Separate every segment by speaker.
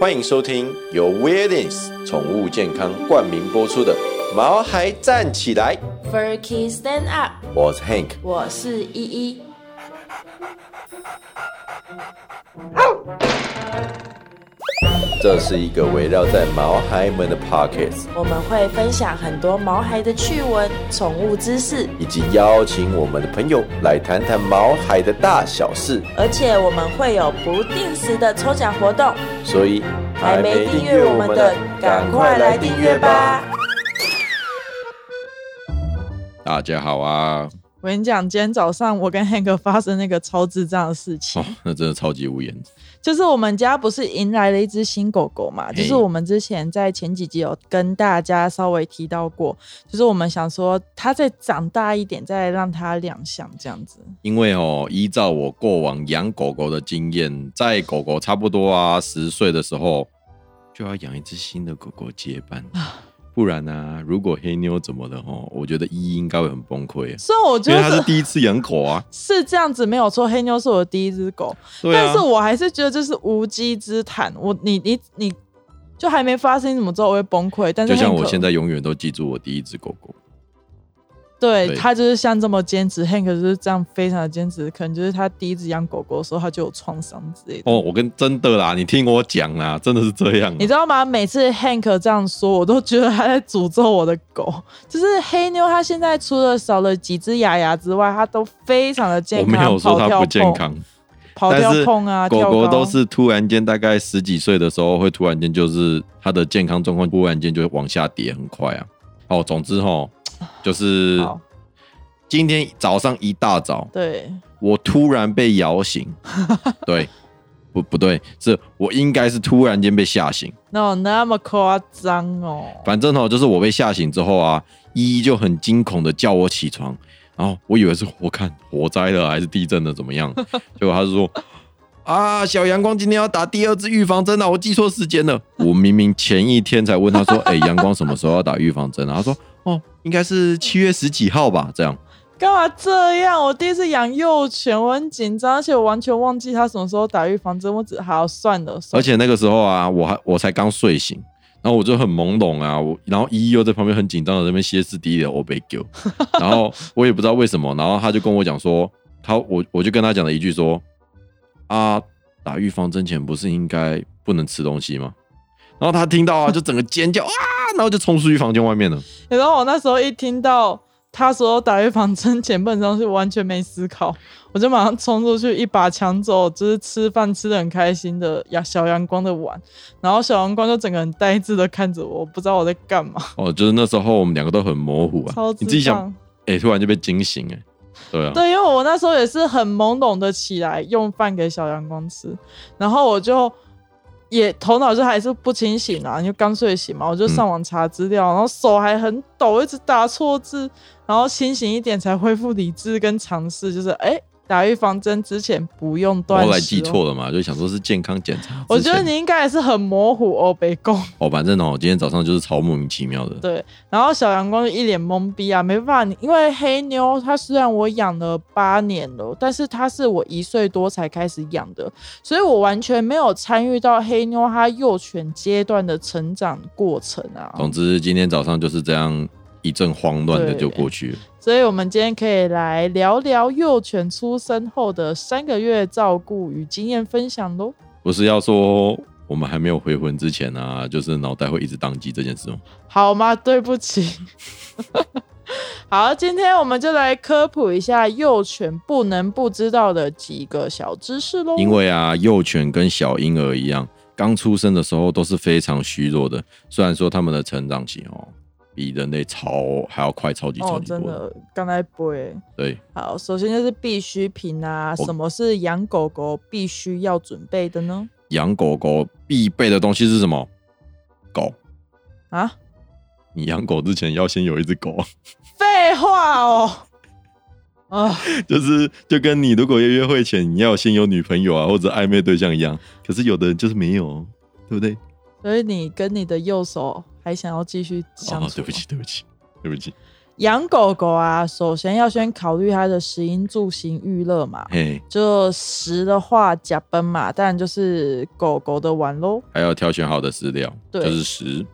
Speaker 1: 欢迎收听由 Weirdins 宠物健康冠名播出的《毛孩站起来》，
Speaker 2: Fur Kids Stand Up，
Speaker 1: 我是 Hank。
Speaker 2: 我是依依。
Speaker 1: 这是一个围绕在毛孩们的 Pockets，
Speaker 2: 我们会分享很多毛孩的趣闻、宠物知识，
Speaker 1: 以及邀请我们的朋友来谈谈毛孩的大小事。
Speaker 2: 而且我们会有不定时的抽奖活动。
Speaker 1: 所以
Speaker 2: 还没订阅我们的，赶快来订阅吧！！
Speaker 1: 大家好啊！
Speaker 3: 我跟你讲，今天早上我跟 Hank 发生那个超智障的事情，
Speaker 1: 哦，那真的超级无言。
Speaker 3: 就是我们家不是迎来了一只新狗狗嘛？
Speaker 1: 嘿
Speaker 3: 就是我们之前在前几集有跟大家稍微提到过，就是我们想说它再长大一点，再让它亮相这样子。
Speaker 4: 因为哦，依照我过往养狗狗的经验，在狗狗差不多啊十岁的时候，就要养一只新的狗狗接班，
Speaker 3: 啊
Speaker 4: 不然呢、啊如果黑妞怎么了哦，我觉得依依应该会很崩溃，
Speaker 3: 虽然我觉
Speaker 4: 因为她
Speaker 3: 得
Speaker 4: 是第一次养狗 啊。
Speaker 3: 是这样子没有错，黑妞是我的第一只狗，
Speaker 4: 对
Speaker 3: 但
Speaker 4: 啊
Speaker 3: 是，我还是觉得这是无稽之谈。我你你你就还没发生，你怎么知道我会崩溃？但是
Speaker 4: 就像
Speaker 3: Hank-
Speaker 4: 我现在永远都记住我第一只狗狗，
Speaker 3: 对
Speaker 4: 对
Speaker 3: 他就是像这么坚持，Hank 就是这样非常的坚持，可能就是他第一次养狗狗的时候他就有创伤之类的。
Speaker 4: 哦，我跟真的啦，你听我讲啦，真的是这样啊、
Speaker 3: 你知道吗？每次 Hank 这样说，我都觉得他在诅咒我的狗。就是黑妞，它现在除了少了几只牙牙之外，它都非常的健
Speaker 4: 我
Speaker 3: 康。
Speaker 4: 没有说它不健
Speaker 3: 跑跳
Speaker 4: 康
Speaker 3: 碰，，跑跳碰啊，
Speaker 4: 狗
Speaker 3: 跳
Speaker 4: 狗
Speaker 3: 高
Speaker 4: 都是突然间，大概十几岁的时候，会突然间就是它的健康状况突然间就往下跌，很快啊。哦，总之 吼，就是
Speaker 3: 好
Speaker 4: 今天早上一大早，
Speaker 3: 对，
Speaker 4: 我突然被摇 醒，对，不不对，是我应该是突然间被吓醒。
Speaker 3: 那有那么夸张哦。
Speaker 4: 反正哦，就是我被吓醒之后啊，依依就很惊恐的叫我起床，然后我以为是我看火灾了还是地震了怎么样，结果他就说啊，小阳光今天要打第二支预防针了、我记错时间了。我明明前一天才问他说，哎、阳光什么时候要打预防针啊？他说哦，应该是七月十几号吧，这样。
Speaker 3: 干嘛这样？我第一次养幼犬，我很紧张，而且我完全忘记它什么时候打预防针。我只好算了，
Speaker 4: 而
Speaker 3: 算了
Speaker 4: 且那个时候啊，我还我才刚睡醒，然后我就很懵懂啊，我然后依依又在旁边很紧张的那边歇斯底里的我被 丢，然后我也不知道为什么，然后他就跟我讲说，他我我就跟他讲了一句说，啊，打预防针前不是应该不能吃东西吗？然后他听到啊，就整个尖叫啊， 然后就冲出去房间外面了。
Speaker 3: 你知道我那时候一听到他说打预防针前半张是完全没思考，我就马上冲出去一把抢走，就是吃饭吃的很开心的呀小阳光的碗，然后小阳光就整个很呆滞的看着我，我不知道我在干嘛，
Speaker 4: 哦，就是那时候我们两个都很模糊啊
Speaker 3: 超，智
Speaker 4: 你自己想
Speaker 3: 障，
Speaker 4: 哎、突然就被惊醒哎、对啊，
Speaker 3: 对，因为我那时候也是很懵懂的起来用饭给小阳光吃，然后我就也头脑就还是不清醒啊，因为刚睡醒嘛，我
Speaker 4: 嗯
Speaker 3: 就上网查资料，然后手还很抖，一直打错字，然后清醒一点才恢复理智跟尝试，就是哎、打预防针之前不用断
Speaker 4: 后
Speaker 3: 食、哦
Speaker 4: 来记。错了嘛，就想说是健康检查之前。
Speaker 3: 我觉得你应该也是很模糊哦，北宫。
Speaker 4: 哦，反正哦，今天早上就是超莫名其妙的。
Speaker 3: 对，然后小阳光就一脸懵逼啊，没办法，你因为黑妞它虽然我养了八年了，但是它是我一岁多才开始养的，所以我完全没有参与到黑妞它幼犬阶段的成长过程啊。
Speaker 4: 总之，今天早上就是这样一阵慌乱的
Speaker 3: 对
Speaker 4: 就过去了。
Speaker 3: 所以我们今天可以来聊聊幼犬出生后的三个月照顾与经验分享喽。
Speaker 4: 不是要说我们还没有回魂之前啊，就是脑袋会一直宕机这件事吗？哦
Speaker 3: 好吗？对不起。 好，今天我们就来科普一下幼犬不能不知道的几个小知识哦喽。
Speaker 4: 因为啊，幼犬跟小婴儿一样，刚出生的时候都是非常虚弱的。虽然说他们的成长期哦，比人类超还要快，超级超
Speaker 3: 哦，
Speaker 4: 级多。
Speaker 3: 真的，刚才不会。
Speaker 4: 对，
Speaker 3: 好，首先就是必需品啊，什么是养狗狗必须要准备的呢？
Speaker 4: 养狗狗必备的东西是什么？狗。
Speaker 3: 啊，
Speaker 4: 你养狗之前要先有一只狗。
Speaker 3: 废话哦。啊，
Speaker 4: 就是就跟你如果要约会前你要先有女朋友啊或者暧昧对象一样，可是有的人就是没有，哦对不对？
Speaker 3: 所以你跟你的右手还想要继续相处、
Speaker 4: 哦哦，对不起，，对不起，对不起。
Speaker 3: 养狗狗啊，首先要先考虑它的食衣住行娱乐嘛。
Speaker 4: 嘿，
Speaker 3: 就食的话，甲苯嘛，当然就是狗狗的碗喽。
Speaker 4: 还要挑选好的饲料，
Speaker 3: 对
Speaker 4: 就是食。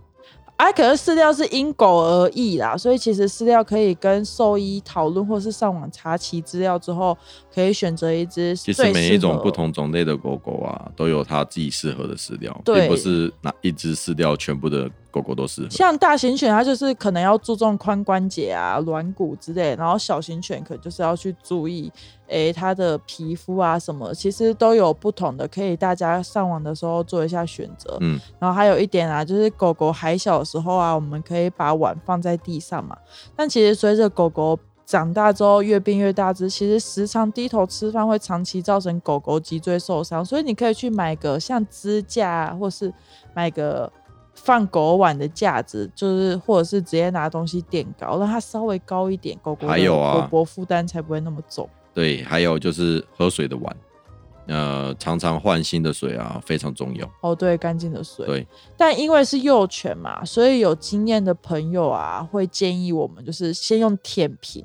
Speaker 3: 啊，可是饲料是因狗而异啦，所以其实饲料可以跟兽医讨论，或是上网查其资料之后，可以选择一只
Speaker 4: 其
Speaker 3: 最
Speaker 4: 实每一
Speaker 3: 适合
Speaker 4: 种不同种类的狗狗啊，都有它自己适合的饲料，
Speaker 3: 对
Speaker 4: 并不是哪一只饲料全部的狗狗都适合。
Speaker 3: 像大型犬，它就是可能要注重髋关节啊、软骨之类，然后小型犬可能就是要去注意，诶、它的皮肤啊什么，其实都有不同的，可以大家上网的时候做一下选择。
Speaker 4: 嗯，
Speaker 3: 然后还有一点啊，就是狗狗还小的时候啊，我们可以把碗放在地上嘛。但其实随着狗狗长大之后越变越大只，其实时常低头吃饭会长期造成狗狗脊椎受伤，所以你可以去买个像支架、啊，或是买个放狗碗的架子，就是或者是直接拿东西垫高，让它稍微高一点，狗狗
Speaker 4: 还有
Speaker 3: 的
Speaker 4: 啊
Speaker 3: 狗狗负担才不会那么重。
Speaker 4: 对，还有就是喝水的碗，呃，常常换新的水啊，非常重要。
Speaker 3: 哦，对，干净的水。
Speaker 4: 对，
Speaker 3: 但因为是幼犬嘛，所以有经验的朋友啊，会建议我们就是先用舔瓶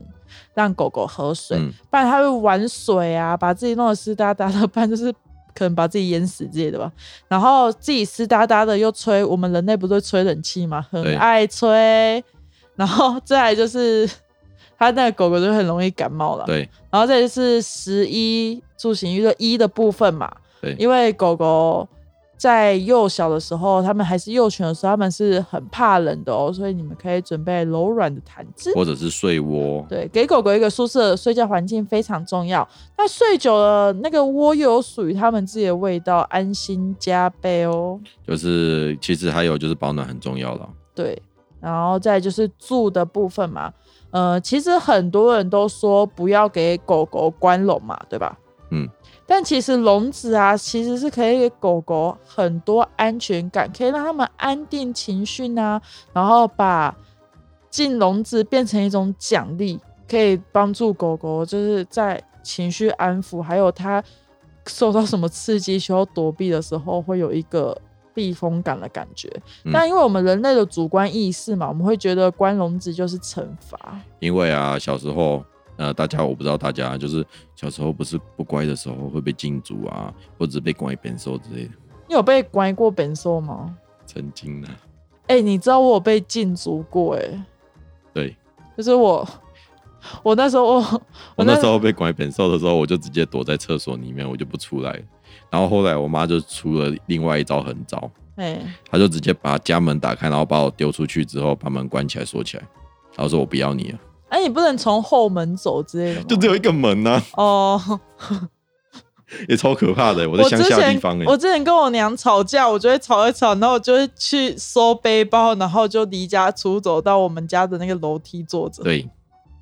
Speaker 3: 让狗狗喝水，
Speaker 4: 嗯
Speaker 3: 不然它会玩水啊，把自己弄得湿哒哒的，不然就是可能把自己淹死之类的吧。然后自己湿哒哒的又吹，我们人类不是会吹冷气吗？很
Speaker 4: 对
Speaker 3: 爱吹。然后再来就是，它那个狗狗就很容易感冒了。
Speaker 4: 对，
Speaker 3: 然后再就是十一住行娱乐一的部分嘛，
Speaker 4: 对
Speaker 3: 因为狗狗在幼小的时候，它们还是幼犬的时候，它们是很怕冷的哦，所以你们可以准备柔软的毯子。
Speaker 4: 或者是睡窝，
Speaker 3: 对，给狗狗一个舒适的睡觉环境非常重要。那睡久了，那个窝又有属于它们自己的味道，安心加倍哦。
Speaker 4: 就是其实还有就是保暖很重要了。
Speaker 3: 对，然后再就是住的部分嘛，呃，其实很多人都说不要给狗狗关笼嘛，对吧？
Speaker 4: 嗯，
Speaker 3: 但其实笼子啊，其实是可以给狗狗很多安全感，可以让它们安定情绪啊，然后把进笼子变成一种奖励，可以帮助狗狗就是在情绪安抚，还有它受到什么刺激需要躲避的时候，会有一个避风港的感觉。
Speaker 4: 嗯
Speaker 3: 但因为我们人类的主观意识嘛，我们会觉得关笼子就是惩罚，
Speaker 4: 因为啊，小时候，呃，大家我不知道大家就是小时候不是不乖的时候会被禁足啊，或者是被关扁受之类的。
Speaker 3: 你有被关过本兽吗？
Speaker 4: 曾经啊呢、
Speaker 3: 哎、你知道我有被禁足过哎、
Speaker 4: 对
Speaker 3: 就是我， 我那时候 我
Speaker 4: 我那时候被拐扁瘦的时候，我就直接躲在厕所里面，我就不出来。然后后来我妈就出了另外一招狠招，
Speaker 3: 哎、
Speaker 4: 她就直接把家门打开，然后把我丢出去之后，把门关起来锁起来，然后说我不要你了，
Speaker 3: 哎、你不能从后门走之类的吗？
Speaker 4: 就只有一个门呐、
Speaker 3: 哦，
Speaker 4: 也超可怕的、我
Speaker 3: 我
Speaker 4: 在乡
Speaker 3: 之
Speaker 4: 下
Speaker 3: 前
Speaker 4: 地方哎、
Speaker 3: 我之前跟我娘吵架，我就会吵一吵，然后我就会去收背包，然后就离家出走到我们家的那个楼梯坐着，
Speaker 4: 对，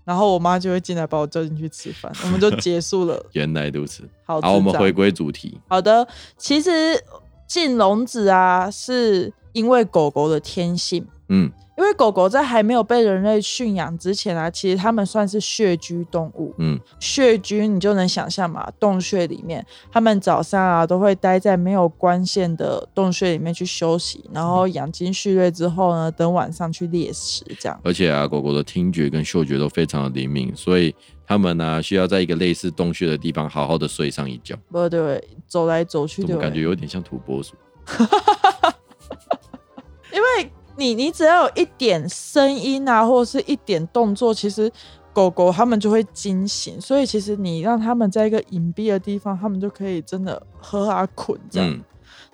Speaker 3: 然后我妈就会进来把我叫进去吃饭，我们就结束了。
Speaker 4: 原来如此。
Speaker 3: 好，
Speaker 4: 好，我们
Speaker 3: 智障
Speaker 4: 回归主题，
Speaker 3: 好的，其实进笼子啊，是因为狗狗的天性，
Speaker 4: 嗯，
Speaker 3: 因为狗狗在还没有被人类驯养之前啊，其实它们算是穴居动物。
Speaker 4: 嗯，
Speaker 3: 穴居你就能想象嘛，洞穴里面，它们早上啊都会待在没有光线的洞穴里面去休息，然后
Speaker 4: 嗯
Speaker 3: 养精蓄锐之后呢，等晚上去猎食，这样。
Speaker 4: 而且啊，狗狗的听觉跟嗅觉都非常的灵敏，所以它们呢、需要在一个类似洞穴的地方好好的睡上一觉。
Speaker 3: 不对，走来走去
Speaker 4: 怎
Speaker 3: 对
Speaker 4: 么
Speaker 3: 不
Speaker 4: 感觉
Speaker 3: 对？
Speaker 4: 有点像土拨鼠？
Speaker 3: 因为你你只要有一点声音啊，或者是一点动作，其实狗狗它们就会惊醒，所以其实你让它们在一个隐蔽的地方，它们就可以真的喝啊捆这样。
Speaker 4: 嗯，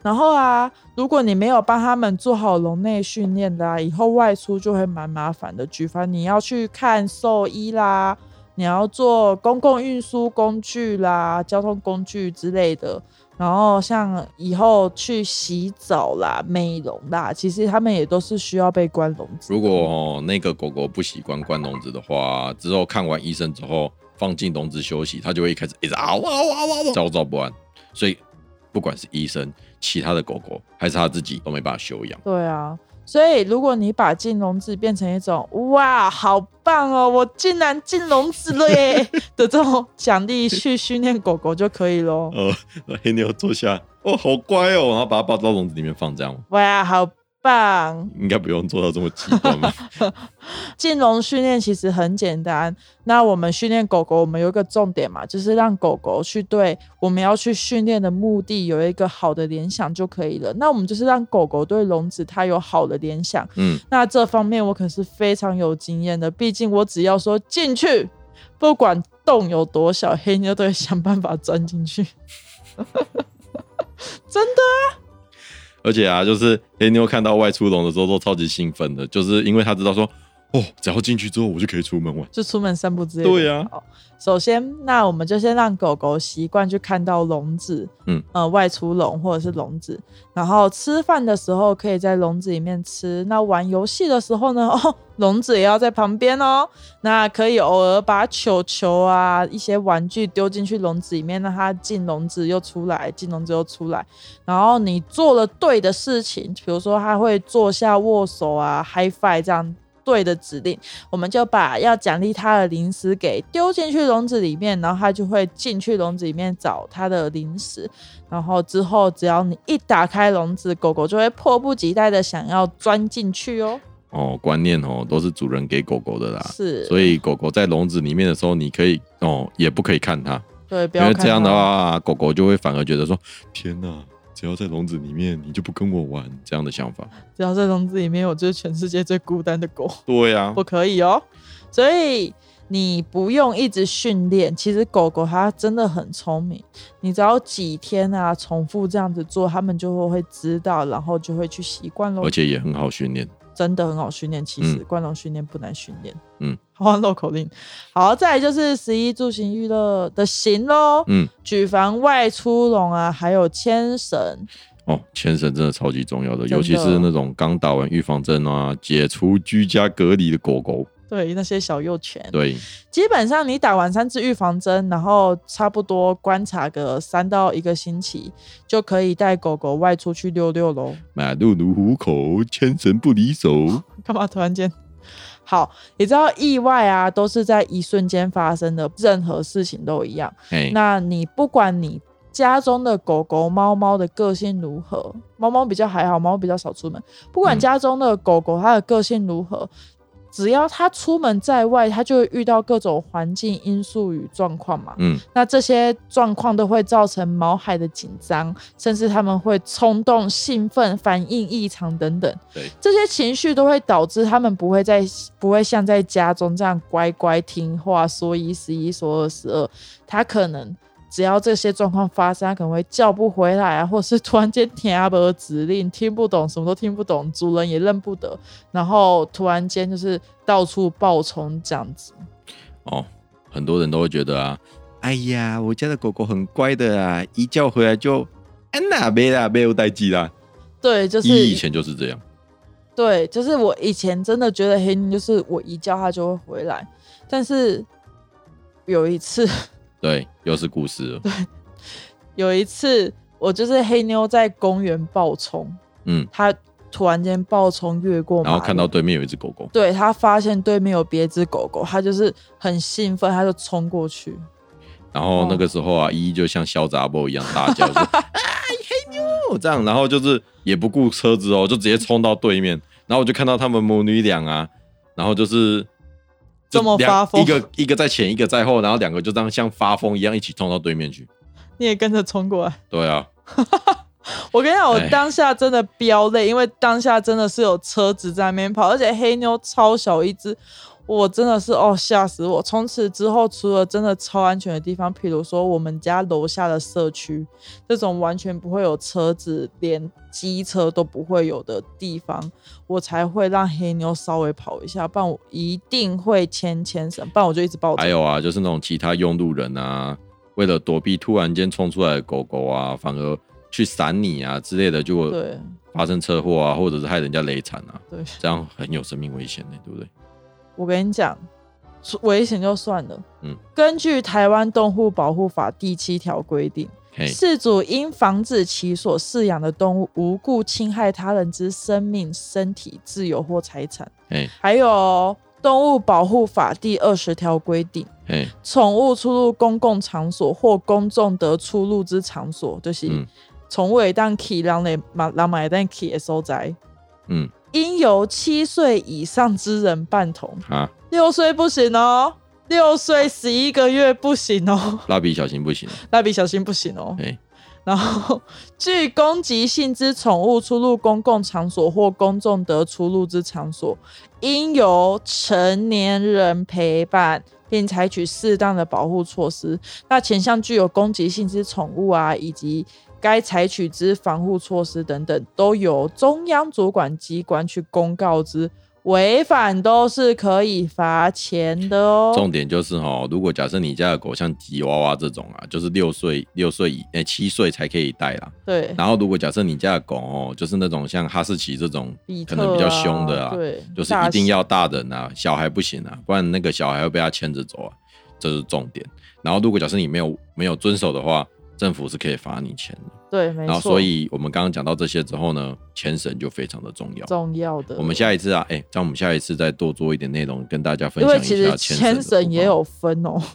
Speaker 3: 然后啊，如果你没有帮他们做好笼内训练的啊，以后外出就会蛮麻烦的。举凡你要去看兽医啦，你要坐公共运输工具啦、交通工具之类的。然后像以后去洗澡啦、美容啦，其实他们也都是需要被关笼子的。
Speaker 4: 如果、哦、那个狗狗不习惯关笼子的话，之后看完医生之后放进笼子休息，它就会一开始一直嗷嗷嗷嗷嗷，焦躁不安。所以不管是医生、其他的狗狗，还是它自己，都没办法休 养。
Speaker 3: 对啊，所以如果你把进笼子变成一种“哇，好棒哦，我竟然进笼子了耶”的这种奖励去训练狗狗就可以喽。
Speaker 4: 呃，黑妞坐下，哦，好乖哦，然后把它抱到笼子里面放，这样。
Speaker 3: 哇，好棒！
Speaker 4: 应该不用做到这么极端吧？
Speaker 3: 进笼训练其实很简单。那我们训练狗狗，我们有一个重点嘛，就是让狗狗去对我们要去训练的目的有一个好的联想就可以了。那我们就是让狗狗对笼子它有好的联想。
Speaker 4: 嗯，
Speaker 3: 那这方面我可是非常有经验的，毕竟我只要说进去，不管洞有多小，黑妞都会想办法钻进去。
Speaker 4: 而且啊，就是黑妞看到外出笼的时候都超级兴奋的，就是因为她知道说，哦，只要进去之后我就可以出门玩。
Speaker 3: 就出门散步之类的。
Speaker 4: 对啊
Speaker 3: 好首先，那我们就先让狗狗习惯去看到笼子，
Speaker 4: 嗯，
Speaker 3: 呃，外出笼或者是笼子，然后吃饭的时候可以在笼子里面吃。那玩游戏的时候呢， 哦，笼子也要在旁边哦。那可以偶尔把球球啊一些玩具丢进去笼子里面，让它进笼子又出来，进笼子又出来。然后你做了对的事情，比如说它会坐下握手啊、high five 这样对的指令。我们就把要奖励它的零食给丢进去笼子里面，然后它就会进去笼子里面找它的零食。然后之后，只要你一打开笼子，狗狗就会迫不及待的想要钻进去哦。
Speaker 4: 哦，观念哦都是主人给狗狗的啦，
Speaker 3: 是，
Speaker 4: 啊所以狗狗在笼子里面的时候，你可以哦也不可以看它，
Speaker 3: 对，不
Speaker 4: 因
Speaker 3: 要
Speaker 4: 为
Speaker 3: 看
Speaker 4: 这样的
Speaker 3: 它，
Speaker 4: 话，狗狗就会反而觉得说，天哪、只要在笼子里面，你就不跟我玩，这样的想法。
Speaker 3: 只要在笼子里面，我就是全世界最孤单的狗。
Speaker 4: 对呀、啊
Speaker 3: 不，可以哦。所以你不用一直训练，其实狗狗它真的很聪明，你只要几天啊重复这样子做，它们就会会知道，然后就会去习惯咯
Speaker 4: 而。且也很好训练。
Speaker 3: 真的很好训练，其实
Speaker 4: 嗯
Speaker 3: 关笼训练不难训练。
Speaker 4: 嗯，
Speaker 3: 好，绕口令。好，再来就是十一住行娱乐的行咯，
Speaker 4: 嗯，
Speaker 3: 举凡外出笼啊，还有牵绳，
Speaker 4: 哦，牵绳真的超级重要的，
Speaker 3: 真的
Speaker 4: 尤其是那种刚打完预防针啊、解除居家隔离的狗狗。
Speaker 3: 对那些小幼犬。
Speaker 4: 对，
Speaker 3: 基本上你打完三支预防针，然后差不多观察个三到一个星期，就可以带狗狗外出去溜溜喽。
Speaker 4: 马路如虎口，牵绳不离手。
Speaker 3: 干嘛突然间？好，你知道意外啊，都是在一瞬间发生的，任何事情都一样。
Speaker 4: 哎，
Speaker 3: 那你不管你家中的狗狗、猫猫的个性如何，猫猫比较还好，猫比较少出门。不管
Speaker 4: 嗯
Speaker 3: 家中的狗狗它的个性如何，只要它出门在外，它就会遇到各种环境因素与状况嘛。
Speaker 4: 嗯，
Speaker 3: 那这些状况都会造成毛孩的紧张，甚至他们会冲动、兴奋、反应异常等等。
Speaker 4: 对，
Speaker 3: 这些情绪都会导致他们不会在不会像在家中这样乖乖听话，说一是一，说二是二。他可能只要这些状况发生，他可能会叫不回来啊，或是突然间听不懂指令，听不懂，什么都听不懂，主人也认不得，然后突然间就是到处暴冲这样子。
Speaker 4: 哦，很多人都会觉得啊，哎呀，我家的狗狗很乖的啊，一叫回来就安娜贝啦，没有代际啦。
Speaker 3: 对，就是
Speaker 4: 一以前就是这样。
Speaker 3: 对，就是我以前真的觉得黑妞就是我一叫它就会回来，但是有一次，
Speaker 4: 对，又是故事了。
Speaker 3: 有一次我就是黑妞在公园暴冲，
Speaker 4: 嗯，
Speaker 3: 它突然间暴冲越过马
Speaker 4: 然
Speaker 3: 路，
Speaker 4: 后看到对面有一只狗狗，
Speaker 3: 对它发现对面有别只狗狗，它就是很兴奋，它就冲过去，
Speaker 4: 然后
Speaker 3: 哦
Speaker 4: 那个时候啊，依依就像小杂波一样大叫， 说啊黑妞这样，然后就是也不顾车子哦，就直接冲到对面，然后我就看到他们母女俩啊，然后就是就
Speaker 3: 这么
Speaker 4: 两
Speaker 3: 发疯
Speaker 4: 一个一个在前，一个在后，然后两个就这样像发疯一样一起冲到对面去。
Speaker 3: 你也跟着冲过来。
Speaker 4: 对啊，
Speaker 3: 我跟你讲，我
Speaker 4: 哎
Speaker 3: 当下真的飙泪，因为当下真的是有车子在那边跑，而且黑妞超小一只，我真的是哦吓死我！从此之后，除了真的超安全的地方，譬如说我们家楼下的社区这种完全不会有车子，连机车都不会有的地方，我才会让黑妞稍微跑一下，不然我一定会牵牵绳，不然我就一直抱着
Speaker 4: 还。有啊，就是那种其他用路人啊，为了躲避突然间冲出来的狗狗啊，反而去闪你啊之类的，就会
Speaker 3: 对
Speaker 4: 发生车祸啊，或者是害人家累惨啊，
Speaker 3: 对。
Speaker 4: 这样很有生命危险的、对不对？
Speaker 3: 我跟你讲，出危险就算了。
Speaker 4: 嗯
Speaker 3: 根据《台湾动物保护法》第七条规定，
Speaker 4: 嘿，
Speaker 3: 饲主因防止其所饲养的动物无故侵害他人之生命、身体、自由或财产。
Speaker 4: 嘿，
Speaker 3: 还有《动物保护法》第二十条规定，
Speaker 4: 嘿，
Speaker 3: 宠物出入公共场所或公众得出入之场所，就是
Speaker 4: 嗯
Speaker 3: 宠物一旦去人的嘛，人嘛一旦去的所在，
Speaker 4: 嗯
Speaker 3: 应由七岁以上之人办同，
Speaker 4: 啊，
Speaker 3: 六岁不行哦，六岁十一个月不行哦，
Speaker 4: 蜡笔小新不行，
Speaker 3: 蜡笔小新不行哦。
Speaker 4: 哎，
Speaker 3: 然后，据攻击性之宠物出入公共场所或公众得出入之场所，应由成年人陪伴，并采取适当的保护措施。那前项具有攻击性之宠物啊，以及该采取之防护措施等等，都由中央主管机关去公告之。违反都是可以罚钱的哦。
Speaker 4: 重点就是哦，如果假设你家的狗像吉娃娃这种啊，就是六岁六岁以哎七岁才可以带啦。
Speaker 3: 对，
Speaker 4: 然后如果假设你家的狗哦，就是那种像哈士奇这种
Speaker 3: 比，特
Speaker 4: 可
Speaker 3: 啊
Speaker 4: 能比较凶的啊，
Speaker 3: 对，
Speaker 4: 就是一定要大人啊，小孩不行啊，不然那个小孩会被他牵着走啊，这是重点。然后如果假设你没有没有遵守的话，政府是可以罚你钱的。
Speaker 3: 对，没
Speaker 4: 然后
Speaker 3: 错。
Speaker 4: 所以我们刚刚讲到这些之后呢，钱绳就非常的重要。
Speaker 3: 重要的。
Speaker 4: 我们下一次啊，哎、这样我们下一次再多做一点内容跟大家分
Speaker 3: 因
Speaker 4: 享
Speaker 3: 为
Speaker 4: 一
Speaker 3: 其实
Speaker 4: 下
Speaker 3: 牵
Speaker 4: 牵绳的部
Speaker 3: 绳
Speaker 4: 分啊
Speaker 3: 也有分哦，
Speaker 4: 好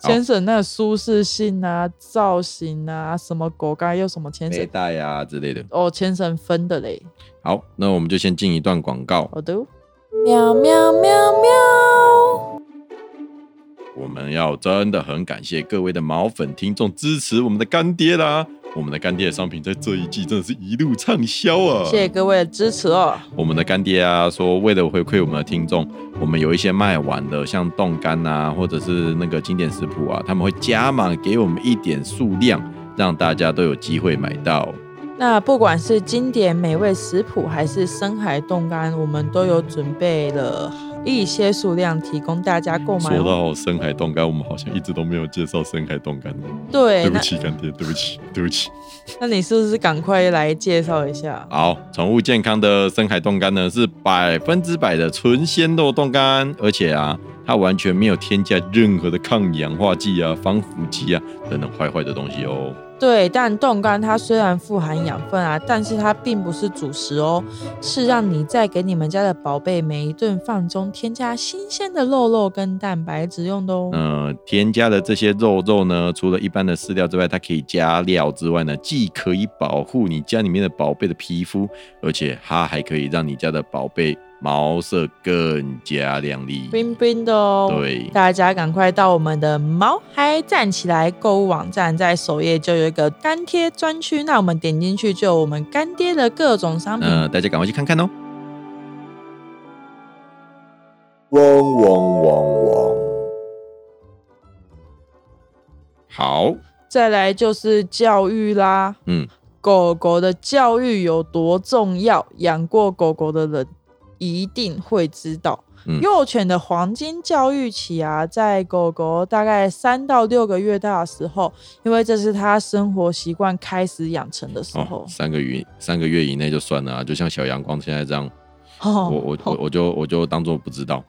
Speaker 3: 牵绳那个舒适性啊、造型啊、什么狗该又什么牵
Speaker 4: 背
Speaker 3: 绳
Speaker 4: 带啊之类的。
Speaker 3: 哦，牵绳分的嘞，
Speaker 4: 好，那我们就先进一段广告。
Speaker 3: 好的哦。
Speaker 2: 喵喵喵喵，
Speaker 4: 我们要真的很感谢各位的毛粉听众支持我们的干爹啦！我们的干爹的商品在这一季真的是一路畅销啊！
Speaker 3: 谢谢各位的支持哦，
Speaker 4: 我们的干爹啊，说为了回馈我们的听众，我们有一些卖完的，像冻干啊，或者是那个经典食谱啊，他们会加码给我们一点数量，让大家都有机会买到。
Speaker 3: 那不管是经典美味食谱还是深海冻干，我们都有准备了一些数量提供大家购买、
Speaker 4: 说
Speaker 3: 哦。
Speaker 4: 到深海冻干，我们好像一直都没有介绍深海冻干，
Speaker 3: 对，
Speaker 4: 对不
Speaker 3: 那
Speaker 4: 起干爹，对不起，对不起。
Speaker 3: 那你是不是赶快来介绍一下？
Speaker 4: 好，宠物健康的深海冻干呢是百分之百的纯鲜肉冻干，而且啊，它完全没有添加任何的抗氧化剂啊、防腐剂啊等等坏坏的东西哦。
Speaker 3: 对，但冻干它虽然富含养分啊，但是它并不是主食哦，是让你在给你们家的宝贝每一顿饭中添加新鲜的肉肉跟蛋白质用的哦。
Speaker 4: 呃，添加的这些肉肉呢，除了一般的饲料之外，它可以加料之外呢，既可以保护你家里面的宝贝的皮肤，而且它还可以让你家的宝贝毛色更加亮丽。
Speaker 3: 冰冰的哦，
Speaker 4: 对
Speaker 3: 大家赶快到我们的毛孩站起来购物网站，在首页就有一个干爹专区，那我们点进去就有我们干爹的各种商品。
Speaker 4: 那、大家赶快去看看哦。
Speaker 1: 嗡嗡嗡嗡，
Speaker 4: 好，
Speaker 3: 再来就是教育啦，
Speaker 4: 嗯，
Speaker 3: 狗狗的教育有多重要，养过狗狗的人一定会知道。
Speaker 4: 嗯
Speaker 3: 幼犬的黄金教育期啊，在狗狗大概三到六个月大的时候，因为这是它生活习惯开始养成的时
Speaker 4: 哦
Speaker 3: 候，。
Speaker 4: 三个月三个月以内就算了啊，就像小阳光现在这样，
Speaker 3: 哦
Speaker 4: 我我我我就我就当做不知道，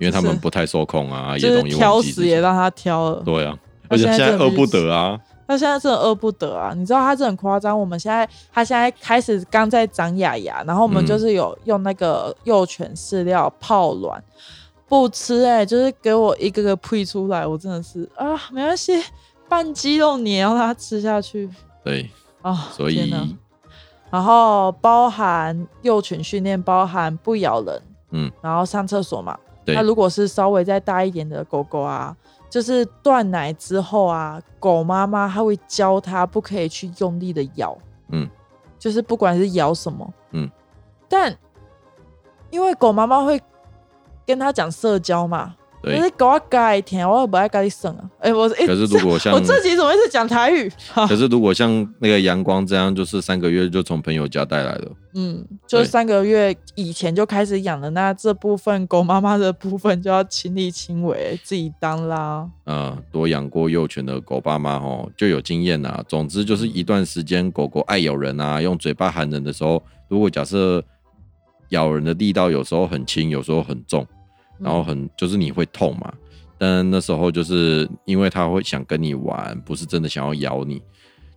Speaker 4: 因为他
Speaker 3: 就
Speaker 4: 们
Speaker 3: 是
Speaker 4: 不太受控啊，也
Speaker 3: 就是
Speaker 4: 容易
Speaker 3: 挑
Speaker 4: 忘记
Speaker 3: 食
Speaker 4: 自
Speaker 3: 也
Speaker 4: 己。
Speaker 3: 让它挑了。
Speaker 4: 对啊，
Speaker 3: 那
Speaker 4: 而且
Speaker 3: 现在
Speaker 4: 现在
Speaker 3: 真的
Speaker 4: 饿不
Speaker 3: 就是
Speaker 4: 得啊，
Speaker 3: 它现在真的饿不得啊！你知道它真的很夸张。我们现在它现在开始刚在长牙牙，然后我们
Speaker 4: 嗯
Speaker 3: 就是有用那个幼犬饲料泡卵，不吃哎、就是给我一个个呸出来，我真的是啊，没关系，拌鸡肉你也要让它吃下去
Speaker 4: 对，
Speaker 3: 啊！
Speaker 4: 所
Speaker 3: 天
Speaker 4: 以
Speaker 3: 哪然后包含幼犬训练，包含不咬人，
Speaker 4: 嗯，
Speaker 3: 然后上厕所嘛。
Speaker 4: 对
Speaker 3: 那如果是稍微再大一点的狗狗啊，就是断奶之后啊，狗妈妈她会教它不可以去用力的咬，
Speaker 4: 嗯，
Speaker 3: 就是不管是咬什么，
Speaker 4: 嗯，
Speaker 3: 但因为狗妈妈会跟它讲社交嘛，
Speaker 4: 对
Speaker 3: 但。是狗要改天，哎我也不爱跟你省啊。哎、我哎，
Speaker 4: 可是如果像
Speaker 3: 我自己怎么会是讲台语？
Speaker 4: 可是如果像那个阳光这样，就是三个月就从朋友家带来的，
Speaker 3: 嗯，就是
Speaker 4: 对
Speaker 3: 三个月以前就开始养了，那这部分狗妈妈的部分就要亲力亲为，自己当啦。
Speaker 4: 呃，多养过幼犬的狗爸妈哦，就有经验啦、总之
Speaker 3: 嗯
Speaker 4: 就是一段时间，狗狗爱咬人啊，用嘴巴喊人的时候，如果假设咬人的力道有时候很轻，有时候很重，
Speaker 3: 嗯
Speaker 4: 然后很就是你会痛嘛。但那时候就是因为它会想跟你玩，不是真的想要咬你。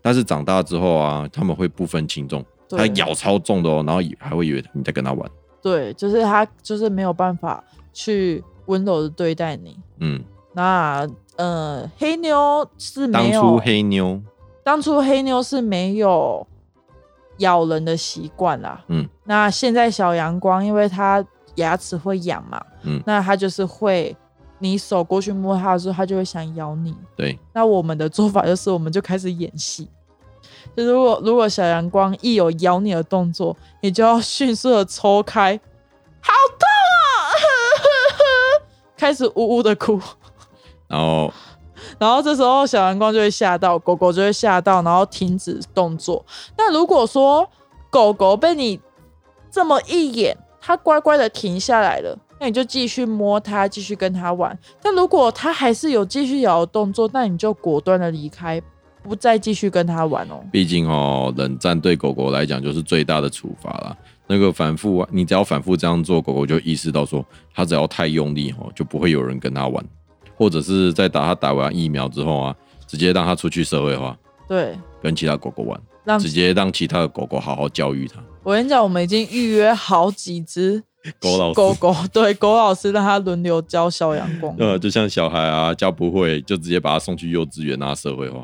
Speaker 4: 但是长大之后啊，他们会不分轻重，
Speaker 3: 对
Speaker 4: 它咬超重的哦，然后以还会以为你在跟它玩。
Speaker 3: 对，就是它就是没有办法去温柔的对待你。
Speaker 4: 嗯，
Speaker 3: 那呃，黑妞是
Speaker 4: 当
Speaker 3: 没有，
Speaker 4: 初黑妞
Speaker 3: 当初黑妞是没有咬人的习惯啦。
Speaker 4: 嗯，
Speaker 3: 那现在小阳光，因为它牙齿会痒嘛，
Speaker 4: 嗯
Speaker 3: 那它就是会，你手过去摸它的时候，它就会想咬你。
Speaker 4: 对，
Speaker 3: 那我们的做法就是，我们就开始演戏。就如果如果小阳光一有咬你的动作，你就要迅速的抽开，好痛啊！ 开始呜呜的哭，
Speaker 4: 然后
Speaker 3: 然后这时候小阳光就会吓到，狗狗就会吓到，然后停止动作。那如果说狗狗被你这么一眼，它乖乖的停下来了，那你就继续摸它，继续跟它玩。但如果它还是有继续咬的动作，那你就果断的离开，不再继续跟它玩哦。
Speaker 4: 毕竟哦，冷战对狗狗来讲就是最大的处罚啦。那个反复，啊你只要反复这样做，狗狗就意识到说，它只要太用力哦，就不会有人跟它玩，或者是在打它打完疫苗之后啊，直接让它出去社会化，
Speaker 3: 对，
Speaker 4: 跟其他狗狗玩，
Speaker 3: 让
Speaker 4: 直接让其他的狗狗好好教育它。
Speaker 3: 我跟你讲，我们已经预约好几只
Speaker 4: 狗老师
Speaker 3: 狗狗，对狗老师让它轮流教小阳 光，
Speaker 4: 呃，就像小孩啊，教不会就直接把他送去幼稚园，让他社会化，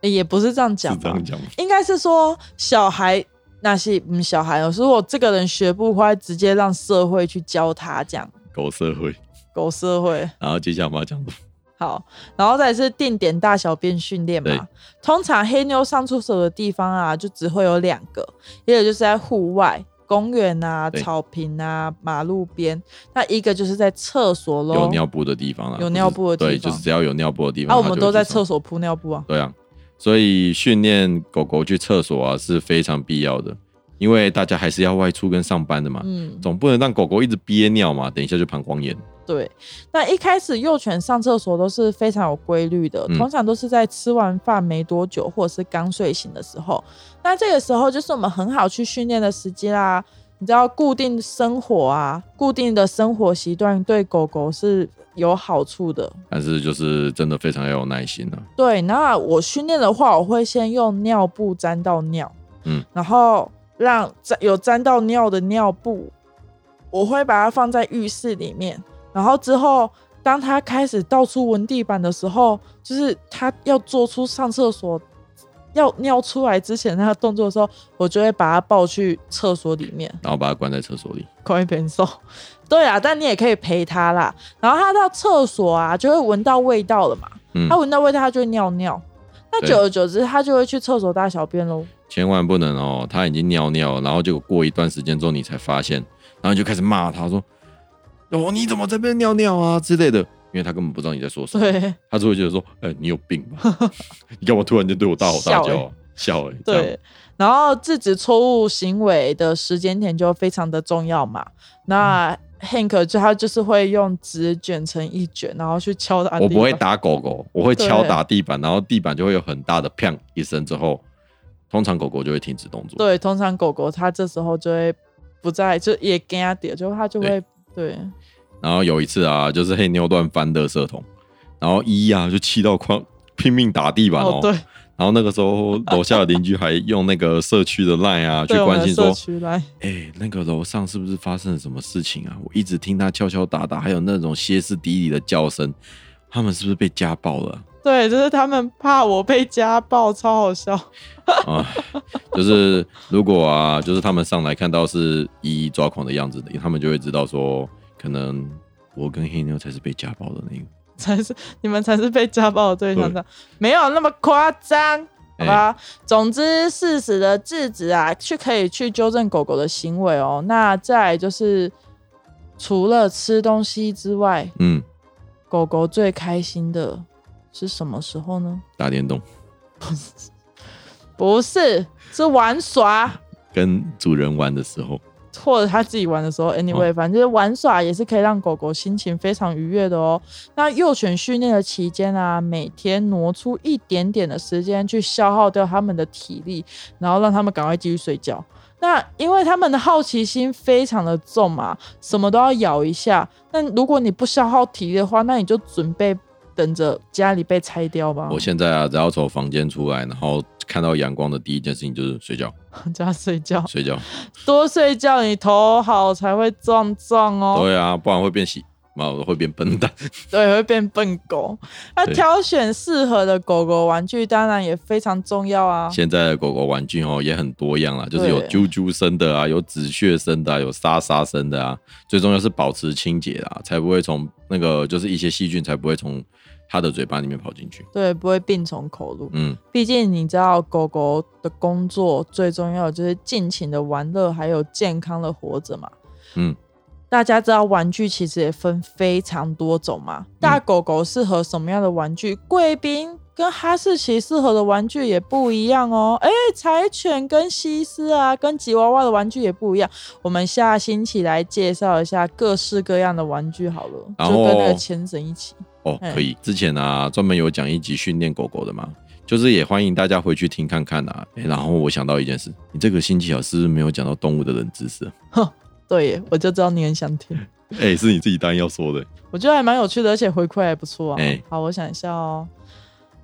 Speaker 3: 诶欸也不是这样
Speaker 4: 是
Speaker 3: 讲啊
Speaker 4: 这
Speaker 3: 吧？
Speaker 4: 样讲吗？
Speaker 3: 应该是说小孩那些嗯小孩哦，如果这个人学不会，直接让社会去教他这样
Speaker 4: 狗社会。
Speaker 3: 狗社会
Speaker 4: 然后接下来我们要讲什么？
Speaker 3: 好，然后再来是定点大小便训练
Speaker 4: 对
Speaker 3: 嘛。通常黑妞上厕所的地方啊，就只会有两个，一个就是在户外。公园啊，
Speaker 4: 对
Speaker 3: 草坪啊，马路边，那一个就是在厕所喽。
Speaker 4: 有尿布的地方啊，
Speaker 3: 有尿布的
Speaker 4: 就是
Speaker 3: 地
Speaker 4: 对，
Speaker 3: 方
Speaker 4: 就是只要有尿布的地方，
Speaker 3: 啊，我
Speaker 4: 它
Speaker 3: 们
Speaker 4: 就会
Speaker 3: 都在
Speaker 4: 去上
Speaker 3: 厕所铺尿布啊。
Speaker 4: 对啊，所以训练狗狗去厕所啊是非常必要的，因为大家还是要外出跟上班的嘛，
Speaker 3: 嗯，
Speaker 4: 总不能让狗狗一直憋尿嘛，等一下就膀胱炎。
Speaker 3: 对，那一开始幼犬上厕所都是非常有规律的，
Speaker 4: 嗯
Speaker 3: 通常都是在吃完饭没多久，或者是刚睡醒的时候。那这个时候就是我们很好去训练的时机啦。你知道固定生活啊，固定的生活习惯对狗狗是有好处的。
Speaker 4: 但是就是真的非常要有耐心啊，
Speaker 3: 对，那我训练的话，我会先用尿布沾到尿，
Speaker 4: 嗯，
Speaker 3: 然后让沾有沾到尿的尿布，我会把它放在浴室里面，然后之后当它开始到处闻地板的时候，就是它要做出上厕所要尿出来之前那个动作的时候，我就会把它抱去厕所里面。
Speaker 4: 然后把它关在厕所里。
Speaker 3: 快变瘦。 对啊，但你也可以陪它啦。然后它到厕所啊，就会闻到味道了嘛。
Speaker 4: 嗯
Speaker 3: 它闻到味道，它就会尿尿。那
Speaker 4: 对
Speaker 3: 久而久之，它就会去厕所大小便喽。
Speaker 4: 千万不能哦，它已经尿尿了，然后结果过一段时间之后你才发现，然后你就开始骂它说：“哦，你怎么在那边尿尿啊之类的。”因为它根本不知道你在说什么。
Speaker 3: 对
Speaker 4: 他就会觉得说：“哎、你有病吧？ 你干嘛突然间对我大吼大叫啊？笑哎、 欸，这样
Speaker 3: 对，然后制止错误行为的时间点就非常的重要嘛。
Speaker 4: 嗯
Speaker 3: 那 Hank 就他就是会用纸卷成一卷，然后去敲打。
Speaker 4: 我不会。打狗狗，我会敲打地板，然后地板就会有很大的砰一声之后，通常狗狗就会停止动作。
Speaker 3: 对，通常狗狗它这时候就会不在，就也跟它点，就它就会对
Speaker 4: 然后有一次啊，就是黑妞乱翻垃圾桶，然后一啊就气到快拼命打地板哦。
Speaker 3: 对，
Speaker 4: 然后那个时候楼下的邻居还用那个社区的 line 啊去
Speaker 3: 对我们
Speaker 4: 关
Speaker 3: 的
Speaker 4: 心
Speaker 3: 社
Speaker 4: 说
Speaker 3: 区来。：“
Speaker 4: 哎、那个楼上是不是发生了什么事情啊？我一直听他敲敲打打，还有那种歇斯底里的叫声，他们是不是被家暴了啊？”
Speaker 3: 对，就是他们怕我被家暴，超好笑。
Speaker 4: 啊，就是如果啊，就是他们上来看到是一一抓狂的样子，他们就会知道说，可能我跟黑妞才是被家暴的那个。
Speaker 3: 才是你们才是被家暴的对象
Speaker 4: 对
Speaker 3: 的，没有那么夸张，好
Speaker 4: 哎
Speaker 3: 吧？总之，适时的制止啊，去可以去纠正狗狗的行为哦。那再来就是，除了吃东西之外，
Speaker 4: 嗯，
Speaker 3: 狗狗最开心的是什么时候呢？
Speaker 4: 打电动
Speaker 3: 不是，是玩耍。
Speaker 4: 跟主人玩的时候，
Speaker 3: 或者他自己玩的时候，anyway，、反正就是玩耍也是可以让狗狗心情非常愉悦的哦。那幼犬训练的期间啊，每天挪出一点点的时间去消耗掉它们的体力，然后让它们赶快继续睡觉。那因为它们的好奇心非常的重嘛，什么都要咬一下。那如果你不消耗体力的话，那你就准备等着家里被拆掉吧。
Speaker 4: 我现在啊，只要从房间出来，然后看到阳光的第一件事情就是睡觉，
Speaker 3: 就要睡觉，
Speaker 4: 睡觉。
Speaker 3: 多睡觉，你头好才会壮壮哦。
Speaker 4: 对啊，不然会变喜妈我会变笨蛋。
Speaker 3: 对，会变笨狗。那
Speaker 4: 对
Speaker 3: 挑选适合的狗狗玩具当然也非常重要啊。
Speaker 4: 现在的狗狗玩具哦也很多样啦，就是有
Speaker 3: 对
Speaker 4: 啾啾声的啊，有紫雀声的、啊，有沙沙声的啊。最重要是保持清洁啦，才不会从那个就是一些细菌才不会从它的嘴巴里面跑进去。
Speaker 3: 对，不会病从口入。
Speaker 4: 嗯，
Speaker 3: 毕竟你知道，狗狗的工作最重要的就是尽情的玩乐，还有健康的活着嘛。
Speaker 4: 嗯，
Speaker 3: 大家知道玩具其实也分非常多种嘛。
Speaker 4: 嗯
Speaker 3: 大狗狗适合什么样的玩具？贵宾跟哈士奇适合的玩具也不一样哦。哎，柴犬跟西施啊，跟吉娃娃的玩具也不一样。我们下星期来介绍一下各式各样的玩具好了，
Speaker 4: 然
Speaker 3: 就跟那
Speaker 4: 后
Speaker 3: 个牵绳一起。
Speaker 4: 哦，
Speaker 3: 嗯
Speaker 4: 可以。之前啊，专门有讲一集训练狗狗的嘛，就是也欢迎大家回去听看看啊。诶然后我想到一件事，你这个星期啊是不是没有讲到动物的冷知识 啊？
Speaker 3: 对耶，我就知道你很想听。
Speaker 4: 哎、是你自己答应要说的。
Speaker 3: 我觉得还蛮有趣的，而且回馈还不错啊。
Speaker 4: 哎
Speaker 3: 好，我想一下哦。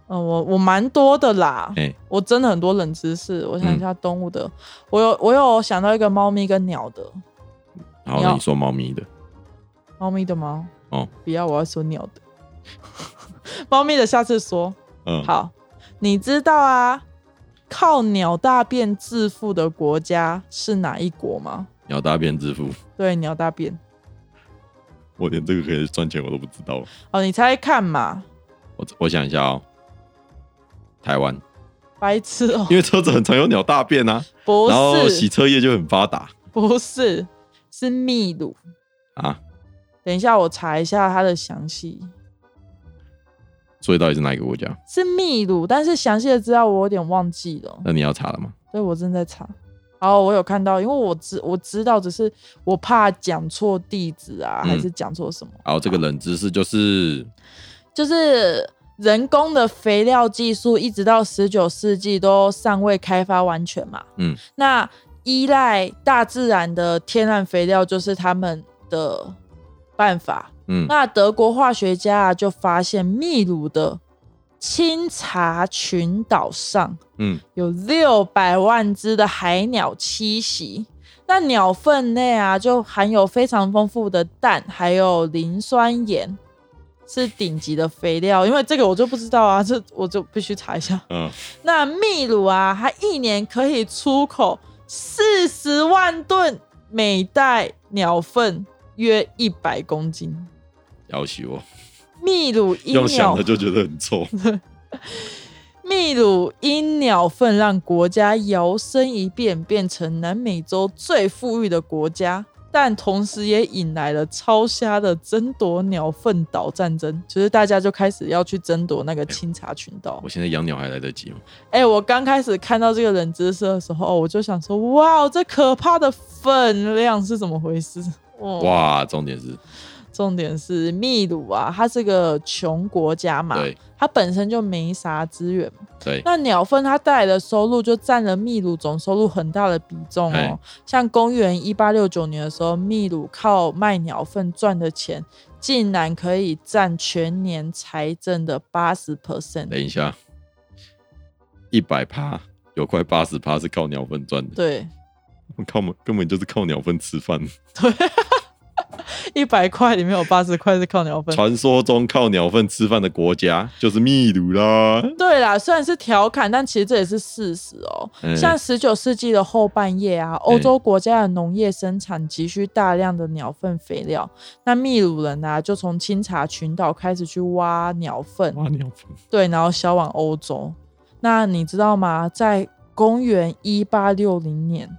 Speaker 3: 嗯、我我蛮多的啦，
Speaker 4: 哎嗯
Speaker 3: 我真的很多冷知识。我想一下动物的，我有我有想到一个猫咪跟鸟的，
Speaker 4: 然后
Speaker 3: 你要
Speaker 4: 你说猫咪的，
Speaker 3: 猫咪的吗？
Speaker 4: 哦，
Speaker 3: 不要，我要说鸟的。 猫咪的下次说。
Speaker 4: 嗯，
Speaker 3: 好，你知道啊，靠鸟大便致富的国家是哪一国吗？
Speaker 4: 鸟大便致富，
Speaker 3: 对，鸟大便。
Speaker 4: 我连这个可以赚钱我都不知道。
Speaker 3: 哦，你猜看嘛，
Speaker 4: 我我想一下哦，台湾，
Speaker 3: 白痴哦、
Speaker 4: 因为车子很常有鸟大便啊，
Speaker 3: 不
Speaker 4: 然后洗
Speaker 3: 是，
Speaker 4: 车业就很发达
Speaker 3: 不是，是秘鲁。
Speaker 4: 啊，
Speaker 3: 等一下，我查一下它的详细。
Speaker 4: 所以到底是哪一个国家？
Speaker 3: 是秘鲁，但是详细的资料我有点忘记了，
Speaker 4: 那你要查了吗？
Speaker 3: 所以我正在查。然后我有看到，因为我知我知道，只是我怕讲错地址啊，
Speaker 4: 嗯
Speaker 3: 还是讲错什么，
Speaker 4: 然后这个冷知识就是，
Speaker 3: 就是人工的肥料技术，一直到十九世纪都尚未开发完全嘛。
Speaker 4: 嗯，
Speaker 3: 那依赖大自然的天然肥料就是他们的办法。
Speaker 4: 嗯，
Speaker 3: 那德国化学家啊就发现秘鲁的清查群岛上
Speaker 4: 嗯，
Speaker 3: 有六百万只的海鸟栖息。那鸟粪内啊，就含有非常丰富的氮，还有磷酸盐，是顶级的肥料。因为这个我就不知道啊，这我就必须查一下。
Speaker 4: 嗯，
Speaker 3: 那秘鲁啊，它一年可以出口四十万吨每袋鸟粪，约一百公斤。
Speaker 4: 要挟我，
Speaker 3: 秘鲁因
Speaker 4: 用想
Speaker 3: 鸟
Speaker 4: 的，就觉得很臭。
Speaker 3: 秘鲁因鸟粪让国家摇身一变，变成南美洲最富裕的国家，但同时也引来了超瞎的争夺鸟粪岛战争，就是大家就开始要去争夺那个清查群岛
Speaker 4: 我。现在养鸟还来得及吗？
Speaker 3: 哎、我刚开始看到这个冷知识的时候，我就想说，哇，这可怕的分量是怎么回事？哦、哇，
Speaker 4: 哇，重点是，
Speaker 3: 重点是秘鲁啊，它是个穷国家嘛，
Speaker 4: 对
Speaker 3: 它本身就没啥资源嘛
Speaker 4: 对，
Speaker 3: 那鸟粪它带来的收入就占了秘鲁总收入很大的比重哦
Speaker 4: 哎。
Speaker 3: 像公元一八六九年的时候，秘鲁靠卖鸟粪赚的钱，竟然可以占全年财政的八十 percent。
Speaker 4: 等一下，一百趴有快八十趴是靠鸟粪赚的，
Speaker 3: 对，
Speaker 4: 靠我们根本就是靠鸟粪吃饭。
Speaker 3: 一百块里面有八十块是靠鸟粪。
Speaker 4: 传说中靠鸟粪吃饭的国家就是秘鲁啦。
Speaker 3: 对啦，虽然是调侃，但其实这也是事实哦。
Speaker 4: 嗯
Speaker 3: 像十九世纪的后半叶啊，欧洲国家的农业生产急需大量的鸟粪肥料，那秘鲁人啊就从清查群岛开始去挖鸟 粪，
Speaker 4: 哇，鸟粪
Speaker 3: 对，然后销往欧洲。那你知道吗？在公元一八六零年，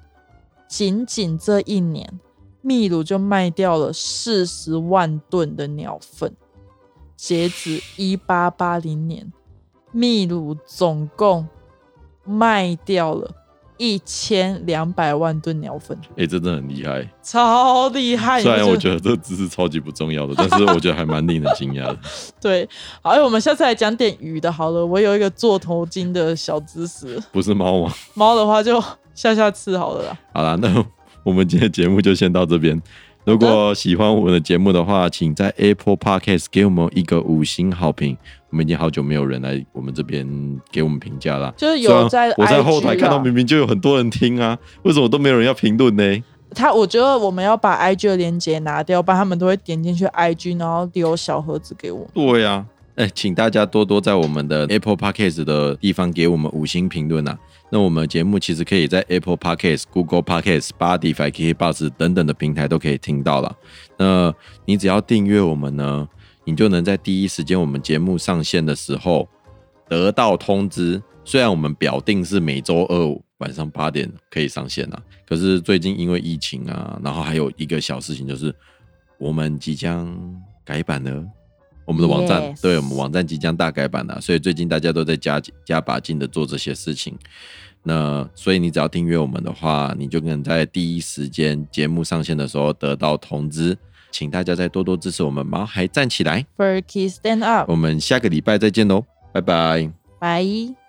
Speaker 3: 仅仅这一年，秘鲁就卖掉了四十万吨的鸟粪。截止一八八零年，秘鲁总共卖掉了一千两百万吨鸟粪，
Speaker 4: 哎、欸，这真的很厉害。
Speaker 3: 超厉害！
Speaker 4: 虽然
Speaker 3: 你不
Speaker 4: 我
Speaker 3: 觉
Speaker 4: 觉得这知识超级不重要的，但是我觉得还蛮令人惊讶的。
Speaker 3: 对，好，哎我们下次来讲点鱼的，好了，我有一个做头巾的小知识。
Speaker 4: 不是猫吗？
Speaker 3: 猫的话就下下次好了啦。
Speaker 4: 好啦，那我们今天的节目就先到这边。如果喜欢我们的节目的话，请在 Apple Podcast 给我们一个五星好评。我们已经好久没有人来我们这边给我们评价啦。
Speaker 3: 就是
Speaker 4: 虽然
Speaker 3: 有在
Speaker 4: 啊
Speaker 3: 啊
Speaker 4: 我在
Speaker 3: IG
Speaker 4: 后台看到
Speaker 3: 啦
Speaker 4: 明明就有很多人听啊，为什么都没有人要评论呢？
Speaker 3: 他我觉得我们要把 IG 的链接拿掉，不然他们都会点进去 IG，然后丢小盒子给我们。
Speaker 4: 对呀、啊。哎、请大家多多在我们的 Apple Podcast 的地方给我们五星评论啊！那我们节目其实可以在 Apple Podcast、Google Podcast、Spotify、KKBox 等等的平台都可以听到了。那你只要订阅我们呢，你就能在第一时间我们节目上线的时候得到通知。虽然我们表定是每周二晚上八点可以上线啊，可是最近因为疫情啊，然后还有一个小事情就是我们即将改版了。我们的网站
Speaker 2: Yes
Speaker 4: 对我们网站即将大改版了、所以最近大家都在加加把劲的做这些事情。那所以你只要订阅我们的话，你就能在第一时间节目上线的时候得到通知。请大家再多多支持我们毛孩站起来，
Speaker 3: Furky Stand Up，
Speaker 4: 我们下个礼拜再见喽，拜拜。
Speaker 3: 拜。